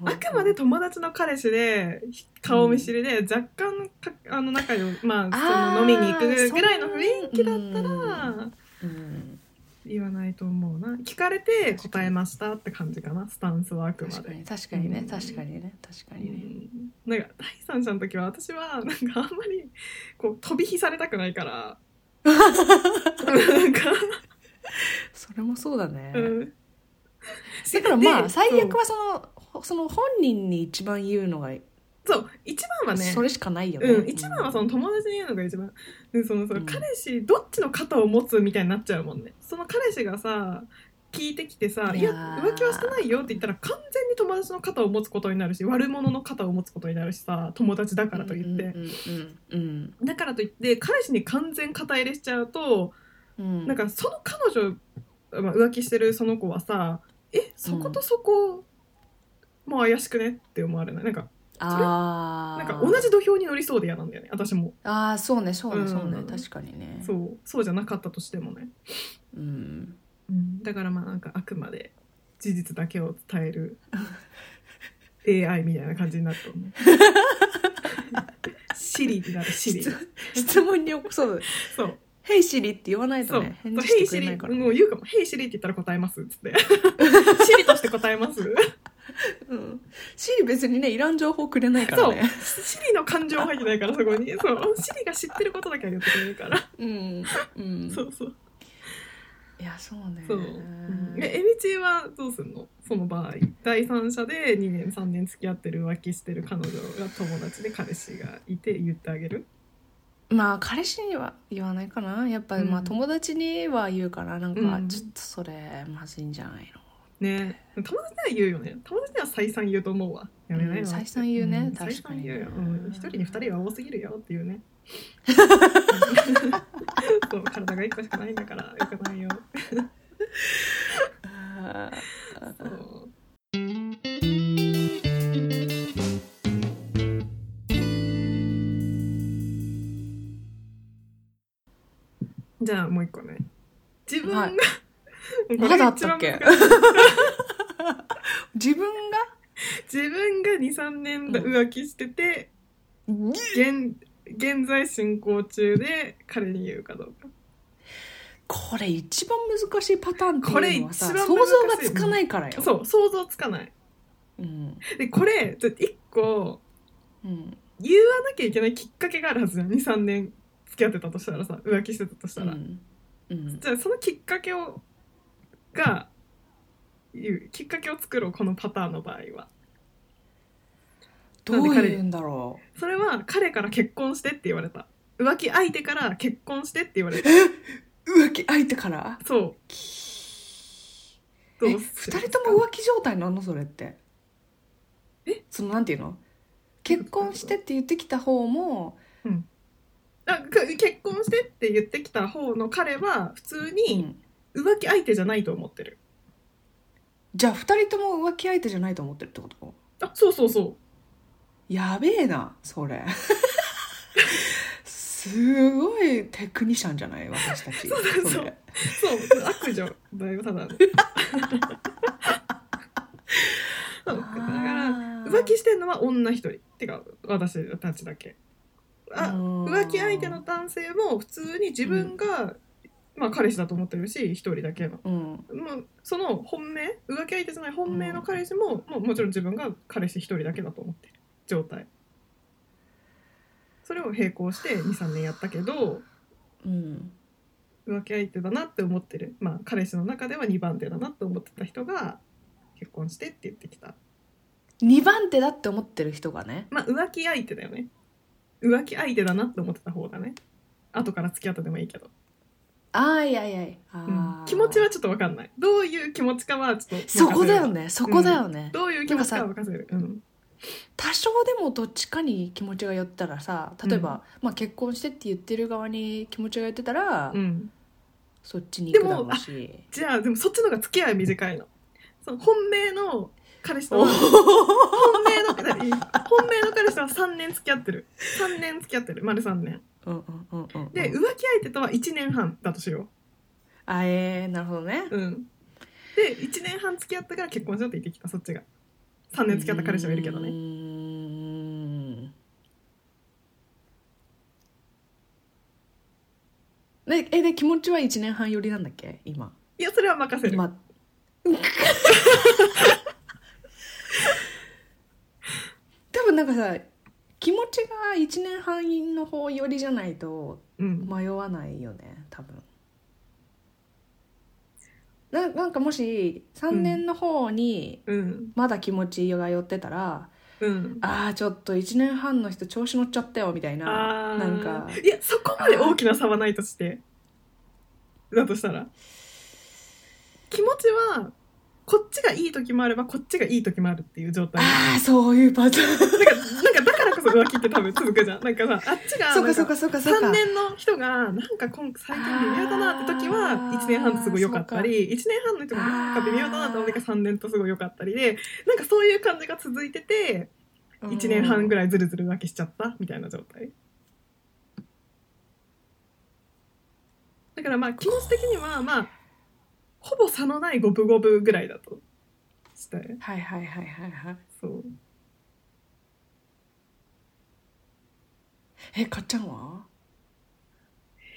S3: あくまで友達の彼氏で顔見知りで若干かあの仲良いまあ
S2: あー
S3: その飲みに行くぐらいの雰囲気だった
S2: そん
S3: ら
S2: なうん
S3: 言わないと思うな聞かれて答えましたって感じかなスタンスはあくま
S2: 確か
S3: で。
S2: に確かに
S3: う
S2: ね
S3: ん
S2: 確かにね確か
S3: う
S2: にね
S3: んなんか第三者の時は私はなんかあんまりこう飛び火されたくないから なんか、
S2: それもそうだね
S3: うん、
S2: だからまあ
S3: で
S2: 最
S3: そ
S2: 悪
S3: う
S2: はそのほその本人に一番言うのが
S3: そう一番はね
S2: それしかないよね
S3: うん、一番はその友達に言うのが一番でそのその
S2: うん
S3: 彼氏どっちの肩を持つみたいになっちゃうもんねその彼氏がさ聞いてきてさ「い
S2: い
S3: や
S2: や
S3: 浮気はしてないよ」って言ったら完全に友達の肩を持つことになるし悪者の肩を持つことになるしさ友達だからと言って、
S2: うんうん
S3: だからといって彼氏に完全肩入れしちゃうと、
S2: うん
S3: なんかその彼女、まあ、浮気してるその子はさ「えそことそこ、もう怪しくね?」って思われないなんか
S2: あ
S3: なん
S2: ー
S3: か同じ土俵に乗りそうで嫌なんだよね私も。
S2: ああそうねそう
S3: うん
S2: ねそうね確かにね
S3: そうそうじゃなかったとしてもね、
S2: うん
S3: だからまあなんかあくまで事実だけを伝え る AI みたいな感じになると思うシリになるシリ
S2: 質 質問に起こそう
S3: そう
S2: 「ヘイシリ」って言わない
S3: そ
S2: と
S3: う
S2: ね
S3: そう
S2: 返事
S3: ヘイ
S2: して
S3: シ
S2: くれな
S3: リ
S2: いからね
S3: もう言うかも「ヘイシリ」って言ったら答えますっつって シリとして答えます
S2: うんシリ別にねいらん情報くれないからね
S3: シリの感情入ってないからそこにそうシリが知ってることだけは言ってくれるから、
S2: うんうん
S3: そうそう
S2: いやそうね
S3: そう、うん、ええみちはどうすんのその場合第三者で2年3年付き合ってる浮気してる彼女が友達で彼氏がいて言ってあげる
S2: まあ彼氏には言わないかなやっぱり、
S3: うん
S2: まあ友達には言うからなんか、
S3: うん
S2: ちょっとそれまずいんじゃないの
S3: ね友達では言うよね友達では再三言うと思うわやめないわ、
S2: うん再三言うね
S3: ん
S2: 確かに
S3: 再三言うよ、うん、一人に二人は多すぎるよっていう ね そう体が一個しかないんだからよくないよそうじゃあもう一個ね自分が、
S2: はい
S3: これ
S2: まだあ
S3: が
S2: っ
S3: 一
S2: た
S3: 番
S2: っけ
S3: 難しい
S2: 自分が
S3: 自分が23年だ浮気してて、現現在進行中で彼に言うかどうか
S2: これ一番難しいパターンっていうのは
S3: こ
S2: さ想
S3: れ一番
S2: 像
S3: 難しい
S2: がつかないからよ。
S3: そう想像つかない
S2: うん
S3: でこれちょっと一個
S2: うん
S3: 言わなきゃいけないきっかけがあるはずじゃん23年付き合ってたとしたらさ浮気してたとし
S2: う
S3: たら、
S2: んうん
S3: じゃあそのきっかけをが言うきっかけを作ろうこのパターンの場合は
S2: どういうんだろ
S3: それは彼から結婚してって言われた浮気相手から結婚してって言われた
S2: う浮気相手から
S3: そう
S2: え
S3: どう
S2: 二
S3: する
S2: 人とも浮気状態なのそれってえそのなんていうの結婚してって言ってきた方も
S3: あか結婚してって言ってきた方の彼は普通に
S2: うん
S3: 浮気相手じゃないと思ってる、
S2: じゃあ二人とも浮気相手じゃないと思ってるってこと
S3: あそうそうそう
S2: やべえなそ れすごいテクニシャンじゃない私たち
S3: そうそう
S2: それ
S3: そう悪女だよた だのそうだから
S2: あー
S3: 浮気してるのは女一人てか私たちだけあ
S2: うん
S3: 浮気相手の男性も普通に自分が、まあ彼氏だと思ってるし一人だけの
S2: うん
S3: もうその本命浮気相手じゃない本命の彼氏も、もうもちろん自分が彼氏一人だけだと思ってる状態それを並行して23年やったけど
S2: うん
S3: 浮気相手だなって思ってるまあ彼氏の中では2番手だなって思ってた人が結婚してって言ってきた
S2: 2番手だって思ってる人がね
S3: まあ浮気相手だよね浮気相手だなって思ってた方だね後から付き合ったでもいいけど、
S2: あーいやいやいや
S3: う
S2: あ
S3: ん
S2: ー、
S3: 気持ちはちょっと分かんないどういう気持ちかはちょっと
S2: そこだよ
S3: ね
S2: ねそこだよね、
S3: どういう気持ちかは任せるうん
S2: 多少でもどっちかに気持ちが寄ったらさ例えば、まあ、結婚してって言ってる側に気持ちが寄ってたら、
S3: うん
S2: そっちに行くだろうし
S3: じゃあでもそっちの方が付き合いは短いの。その本命の彼氏と
S2: お
S3: は
S2: ー
S3: 本命の何本命の彼氏とは3年付き合ってる3年付き合ってる丸3年
S2: うんうんうんうんうん
S3: で浮気相手とは1年半だとしよ
S2: あえー、なるほどね
S3: ううんで1年半付き合ったから結婚しようって言ってきたそっちが3年付き合った彼氏はいるけど
S2: う
S3: ね
S2: ーんでえで気持ちは1年半寄りなんだっけ今
S3: いやそれは任せる
S2: 今 多分なんかさ気持ちが1年半の方よりじゃないと
S3: うん
S2: 迷わないよね多分ななんかもし3年の方に
S3: うん
S2: まだ気持ちが寄ってたら、
S3: うん
S2: ああちょっと1年半の人調子乗っちゃったよみたいな
S3: あー
S2: なんか
S3: いやそこまで大きな差はないとしてだとしたら気持ちはこっちがいい時もあればこっちがいい時もあるっていう状態
S2: ああそういうパターン
S3: なんかなんかだからこそ浮気って多分続くじゃんなんかさあっちが
S2: そう
S3: な
S2: か
S3: ん
S2: そう
S3: か
S2: かそうかそうか
S3: 3年の人がなんか今最近微妙だなって時は
S2: あー
S3: 1年半とすごい良かったり1年半の人もなんか微妙だなって思って3年とすごい良かったりでなんかそういう感じが続いてて1年半ぐ
S2: らい
S3: らいずるずる浮気しちゃったみたいな状態だからまあ気持ち的にはまあほぼ差のない五分五分ぐらいだとして
S2: はいはいはいはいはい
S3: そう
S2: えかっちゃんは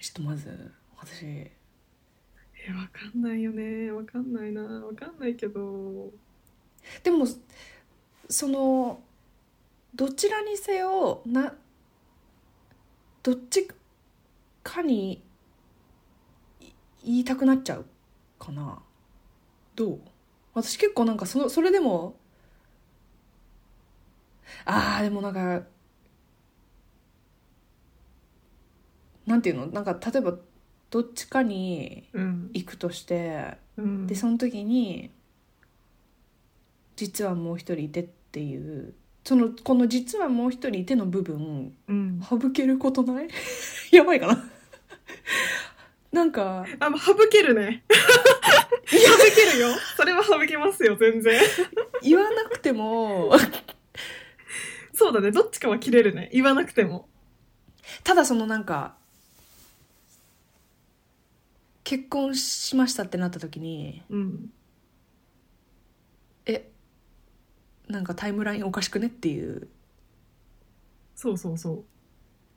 S2: ちょっとまず私
S3: えわかんないよねわかんないなわかんないけど
S2: でもそのどちらにせよなどっちかにい言いたくなっちゃうかなどう私結構なんかそのそれでもあーでもなんかなんていうのなんか例えばどっちかに
S3: うん
S2: 行くとして
S3: うん
S2: でその時に実はもう一人いてっていうそのこの「実はもう一人いて」の部分
S3: うん
S2: 省けることない やばいかななんか
S3: あもう省ける ね省けるよそれは省けますよ全然
S2: 言わなくても
S3: そうだねどっちかは切れるね言わなくても
S2: ただそのなんか結婚しましたってなった時に
S3: うん
S2: えなんかタイムラインおかしくねっていう
S3: そうそうそう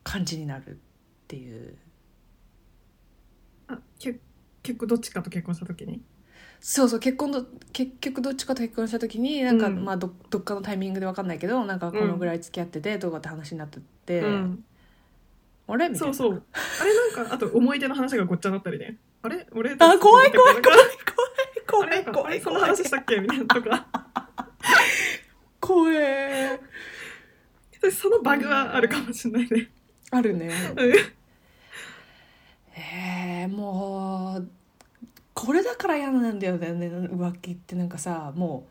S2: 感じになるっていう
S3: あ結結構どっちかと結婚した時に
S2: そうそう結婚と結局どっちかと結婚した時になんか、
S3: うん
S2: まあ、どどっかのタイミングで分かんないけどなんかこのぐらい付き合っててとかって話になってて、
S3: うん
S2: あれみたい
S3: そ
S2: な
S3: うそうあれなんかあと思い出の話がごっちゃになったりねあれ俺
S2: あ怖い怖い怖い
S3: あ
S2: 怖
S3: れ
S2: い
S3: なんかあ
S2: 怖
S3: れ
S2: い
S3: そんな
S2: 怖い
S3: 話したっけみたいなとか
S2: 怖い
S3: そのバグはあるかもしれないね
S2: あるね
S3: うん
S2: えー、もうこれだから嫌なんだよね浮気ってなんかさも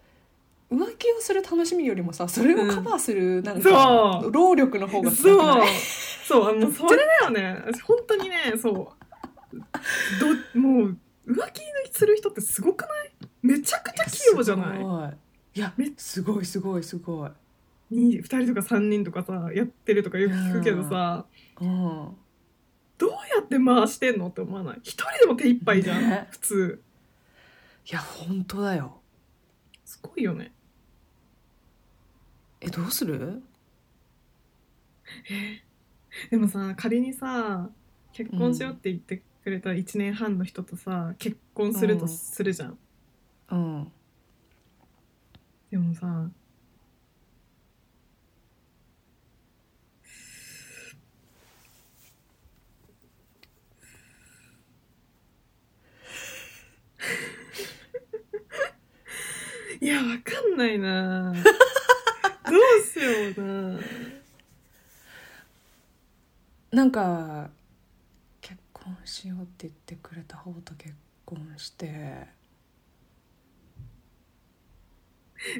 S2: う浮気をする楽しみよりもさそれをカバーするなんか、
S3: そう
S2: 労力の方がすごく
S3: そ
S2: な
S3: う
S2: い。
S3: そうもうそれだよね私本当にねそうどもう浮気する人ってすごくないめちゃくちゃ器用じゃない
S2: すごいいや
S3: め
S2: すごいすごいすごい。
S3: に2人とか3人とかさやってるとかよく聞くけどさ
S2: うん、
S3: どうやって回してんのって思わない一人でも手一杯じゃん、
S2: ね
S3: 普通
S2: いや本当だよ。
S3: すごいよね
S2: えどうする？
S3: でもさ仮にさ結婚しようって言ってくれた1年半の人とさ結婚する
S2: う
S3: と
S2: ん
S3: するじゃん、
S2: うん。
S3: でもさいやわかんない などうしような
S2: なんか結婚しようって言ってくれた方と結婚して。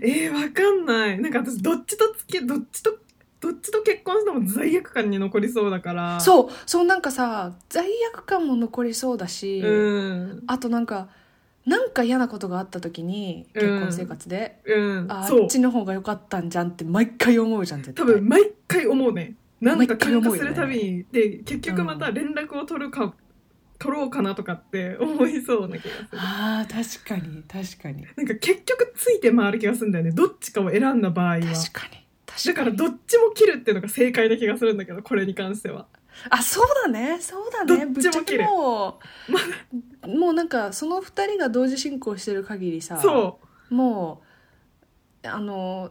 S3: えー、わかんないなんか私どっちとつけどっちとどっちと結婚しても罪悪感に残りそうだからう
S2: そうそうなんかさ罪悪感も残りそうだし、
S3: うん
S2: あとなんかなんか嫌なことがあった時に
S3: うん
S2: 結婚生活で、
S3: うん
S2: あ
S3: そ
S2: あ
S3: う
S2: っちの方が良かったんじゃんって毎回思うじゃん絶
S3: 多
S2: 対
S3: 分毎回思うねなんか
S2: 毎回
S3: 喧嘩
S2: 思う
S3: す
S2: よね
S3: るたびに、で結局また連絡を取るか、取ろうかなとかって思いそうな気がする
S2: あー確かに確かに
S3: なんか結局ついて回る気がするんだよねどっちかを選んだ場合は
S2: 確かに
S3: だか
S2: 確からに
S3: どっちも切るっていうのが正解な気がするんだけどこれに関しては
S2: あそうだねそうだね
S3: どっちも
S2: ぶっちゃ
S3: 切
S2: け
S3: る
S2: もうもうなんかその二人が同時進行してる限りさ
S3: そう
S2: もうあの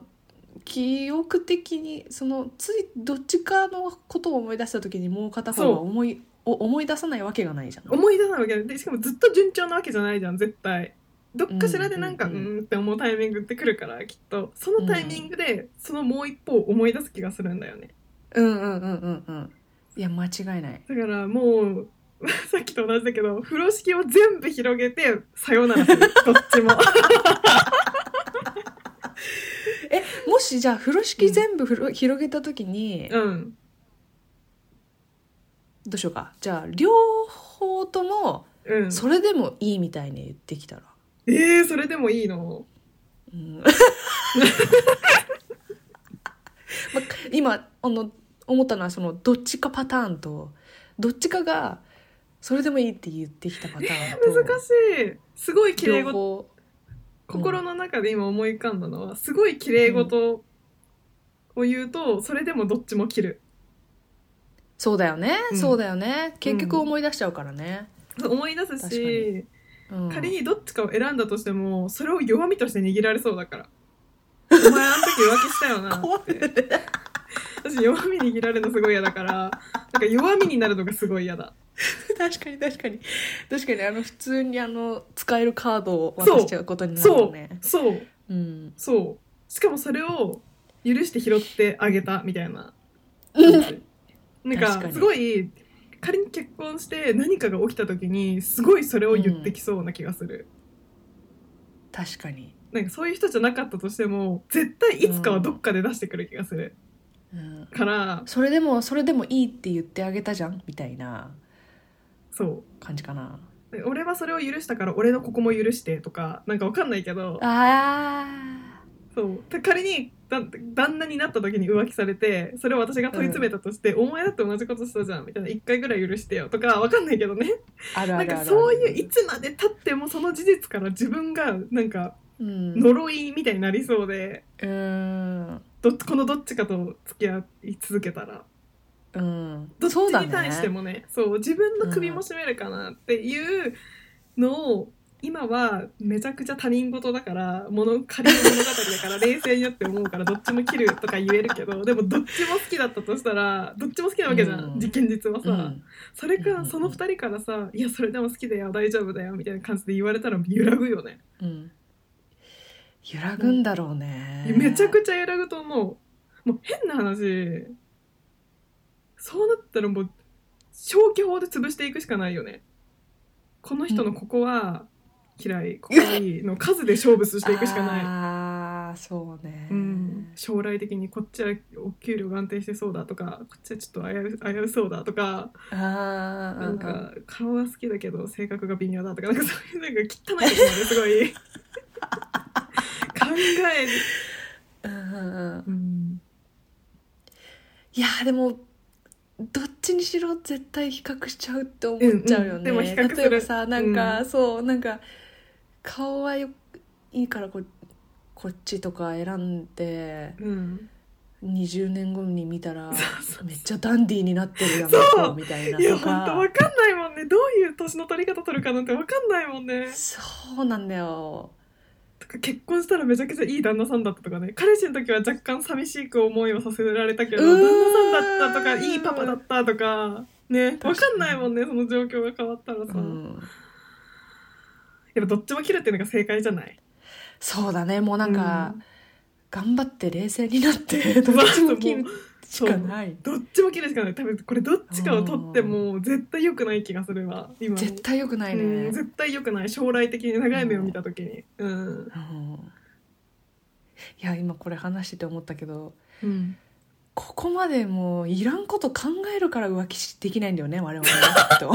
S2: 記憶的にそのついどっちかのことを思い出した時にもう片方は
S3: そう
S2: 思いお思い出さないわけがないじゃん。
S3: 思い出さないわけでしかもずっと順調なわけじゃないじゃん絶対どっかしらでなんかう
S2: うんうんうん
S3: ーんって思うタイミングってくるからきっとそのタイミングでそのもう一方を思い出す気がするんだよね
S2: うんうんうんうんうん。いや間違いない。
S3: だからもう さっきと同じだけど風呂敷を全部広げてさよならす るどっちも
S2: もしじゃあ風呂敷全部ふろ広げた時に、
S3: うん
S2: どうしようかじゃあ両方とも
S3: うん
S2: それでもいいみたいに言ってきたら。
S3: えー、それでもいいの
S2: うん ま今あの思ったのはそのどっちかパターンとどっちかがそれでもいいって言ってきたパターンと
S3: 難しいすごい綺麗
S2: 両
S3: 事
S2: 方
S3: 心の中で今思い浮かんだのはすごい綺麗事を言うとそれでもどっちも切る
S2: そうだよね、
S3: うん
S2: そうだよね結局思い出しちゃうからね、
S3: 思い出す
S2: 確か
S3: し
S2: うん
S3: 仮にどっちかを選んだとしてもそれを弱みとして握られそうだから お前あの時浮気したよな
S2: 怖い
S3: 私弱み握られるのすごい嫌だからなんか弱みになるのがすごい嫌だ
S2: 確かに確かに確かにあの普通にあの使えるカードを渡しちゃうことになるよね
S3: そう
S2: うん
S3: そうしかもそれを許して拾ってあげたみたいななん
S2: 確か
S3: か
S2: に
S3: すごい仮に結婚して何かが起きた時にすごいそれを言ってきそうな気がする、
S2: 確かに、
S3: なんかそういう人じゃなかったとしても絶対いつかはどっかで出してくる気がする
S2: うん、
S3: から
S2: それでもそれでもいいって言ってあげたじゃんみたいな
S3: そう
S2: 感じかな
S3: で俺はそれを許したから俺のここも許してとかなんかわかんないけど
S2: あ
S3: そうで仮にだ旦那になった時に浮気されてそれを私が問い詰めたとして、お前だって同じことしたじゃんみたいな一回ぐらい許してよとかわかんないけどね
S2: あるあ
S3: な
S2: るあ
S3: ん
S2: るあ
S3: か
S2: る
S3: そういういつまでたってもその事実から自分がなんか
S2: うん
S3: 呪いみたいになりそうで
S2: うん
S3: どっこのどっちかと付き合い続けたら
S2: うん
S3: どっち
S2: そうだ
S3: に
S2: ね
S3: 対してもねそう自分の首も絞めるかなっていうのを今はめちゃくちゃ他人事だから物仮の物語だから冷静になって思うからどっちも切るとか言えるけどでもどっちも好きだったとしたらどっちも好きなわけじゃん、
S2: うん
S3: 現実はさ、
S2: うん
S3: それ
S2: うんうんう
S3: か
S2: ん
S3: その2人からさ「いやそれでも好きだよ大丈夫だよ」みたいな感じで言われたら揺らぐよね、
S2: うん揺らぐんだろうね
S3: めちゃくちゃ揺らぐと思うもう変な話そうなったらもう消去法で潰していくしかないよねこの人のここは嫌い、ここはいいの数で勝負していくしかない
S2: ああそうね、
S3: うん、将来的にこっちはお給料が安定してそうだとかこっちはちょっと危う危うそうだとか
S2: あー
S3: なんか顔は好きだけど性格が微妙だとかなんかそういうなんか汚いですよねすご い考える、
S2: うんうんうん
S3: うん、
S2: いやでもどっちにしろ絶対比較しちゃうって思っちゃう
S3: う
S2: よね、
S3: んうんでも比較する
S2: 例えばさなんか、
S3: うん
S2: そうなんか顔はよいいからここっちとか選んで
S3: うん、
S2: 20年後に見たら
S3: そうそう
S2: めっちゃダンディーになってるやん
S3: そう
S2: ここみたいない
S3: や
S2: と
S3: 本当
S2: か
S3: わかんないもんねどういう年の取り方取るかなんてわかんないもんね
S2: そうなんだよ
S3: とか結婚したらめちゃくちゃいい旦那さんだったとかね彼氏の時は若干寂しい思いをさせられたけど
S2: うーん
S3: 旦那さんだったとかいいパパだったとかね
S2: 確かに
S3: わかんないもんねその状況が変わったらさ、
S2: うん
S3: やっぱどっちも切るっていうのが正解じゃない
S2: そうだねもうなんか、
S3: うん
S2: 頑張って冷静に なってどっちも切るしかない
S3: どっちも切るしかない多分これどっちかを取っても絶対良くない気がするわ今の
S2: 絶対良くないね、
S3: うん、絶対良くない将来的に長い目を見た時にうん、
S2: うんいや今これ話してて思ったけど
S3: うん、
S2: ここまでもういらんこと考えるから浮気しできないんだよね我々はき っと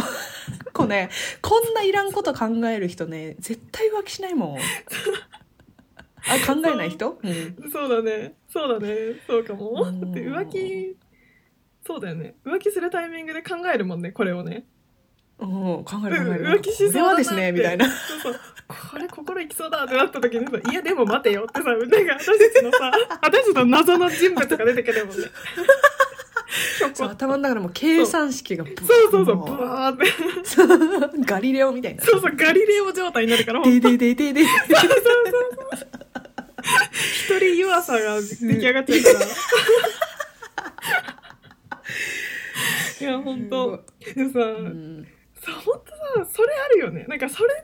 S2: こうねこんないらんこと考える人ね絶対浮気しないもんあ考えない人、うん
S3: そうだねそうだねそうかも
S2: う
S3: だ
S2: ん
S3: って浮気そうだよね浮気するタイミングで考えるもんねこれをね
S2: うん、考える考える
S3: 浮気しそうだな
S2: これはですね
S3: って
S2: みたいな
S3: そうそうこれ心いきそうだってなった時にさ「いやでも待てよ」ってさなんか私たちのさ私たちの謎の人物が出てくるもんね
S2: そう頭の中でもう計算式が
S3: そうそうそうブ
S2: もう
S3: ワーって
S2: ガリレオみたいな
S3: そうそうガリレオ状態になるからほんと
S2: ででででで
S3: 一人弱さが出来上がっちゃうからいや本当でもさ、
S2: うん
S3: そう本当さそれあるよねなんかそれの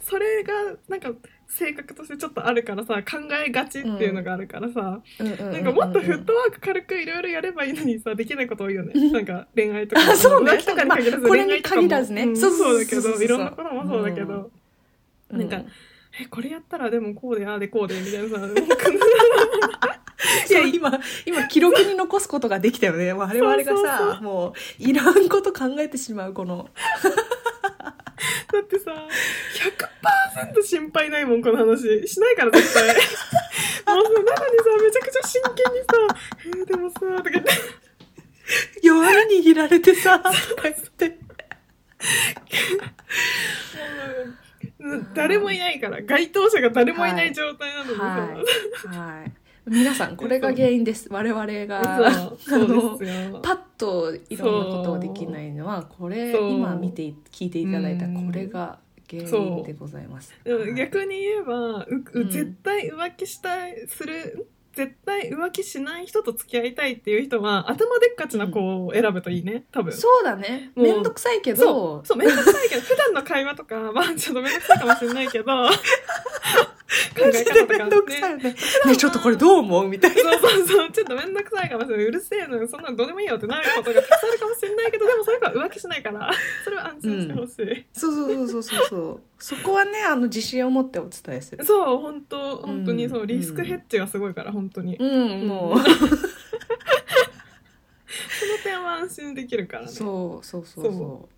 S3: それがなんか性格としてちょっとあるからさ考えがちっていうのがあるからさ、なんかもっとフットワーク軽くいろいろやればいいのにさできないこと多いよね、なんか恋愛と か
S2: あそうね
S3: 浮気とかに限らず、
S2: まあこれに
S3: 恋愛とかも
S2: 限らずね
S3: うん
S2: そ
S3: そうう
S2: そう
S3: だけ
S2: そうそうそう
S3: ど
S2: そう
S3: いろんなこともそうだけど、
S2: うん
S3: なんかえこれやったらでもこうでああでこうでみたいなさもう
S2: いや今今記録に残すことができたよね我々がさ
S3: そうそう
S2: もういらんこと考えてしまうこの
S3: だってさ100%心配ないもんこの話しないから絶 対もうさなのにさめちゃくちゃ真剣にさ「えー、でもさ」とか 言って
S2: 弱みに握られてさとか言って
S3: うん誰もいないから該当者が誰もいない状態なのでさ、
S2: はい、はい、皆さんこれが原因です我々が
S3: そうそうですよ
S2: パッといろんなことをできないのはこれ
S3: そう
S2: 今見てい聞いていただいた
S3: うん
S2: これが原因でございます
S3: でも
S2: はい
S3: 逆に言えばうう
S2: うん
S3: 絶対浮気したいする絶対浮気しない人と付き合いたいっていう人は頭でっかちな子を選ぶといいね多分。
S2: そうだね
S3: もう
S2: 面倒くさいけ
S3: そ
S2: ど
S3: う、そう、めんどくさいけど、普段の会話とか、 まあ、ちょっとめんどくさいかもしれ ないけど、考
S2: マ
S3: え
S2: ジ
S3: 方と
S2: で面
S3: か
S2: 倒くさい
S3: ね。
S2: よねねちょっとこれどう思うみたいな
S3: そうそうそう、ちょっとめんどくさいかもしれない。うるせえのよ、そんなのどうでもいいよってなることがたくさんあるかもしれないけど、でもそれから浮気しないから、それは安心してほしい。
S2: そうそうそうそうそう そう。そこはね、あの自信を持ってお伝えする。
S3: そう、本当本当にそうう、
S2: ん
S3: リスクヘッジがすごいから、本当に。
S2: うん、もう。
S3: その点は安心できるからね。
S2: そうそうそうそう。
S3: そ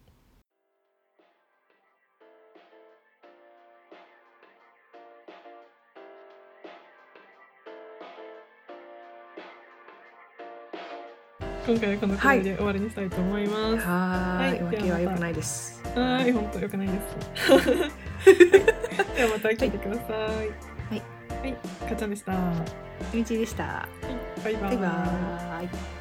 S3: 今回はこのくらいで終わりにしたいと思います。
S2: はーい、
S3: はい
S2: 浮気は良くないです。
S3: はーい、本当良くないです。 ではまた聞いてください。
S2: はい。
S3: はい、かちゃんでした。はい
S2: みちでした。
S3: いバイバ
S2: バイバーイ。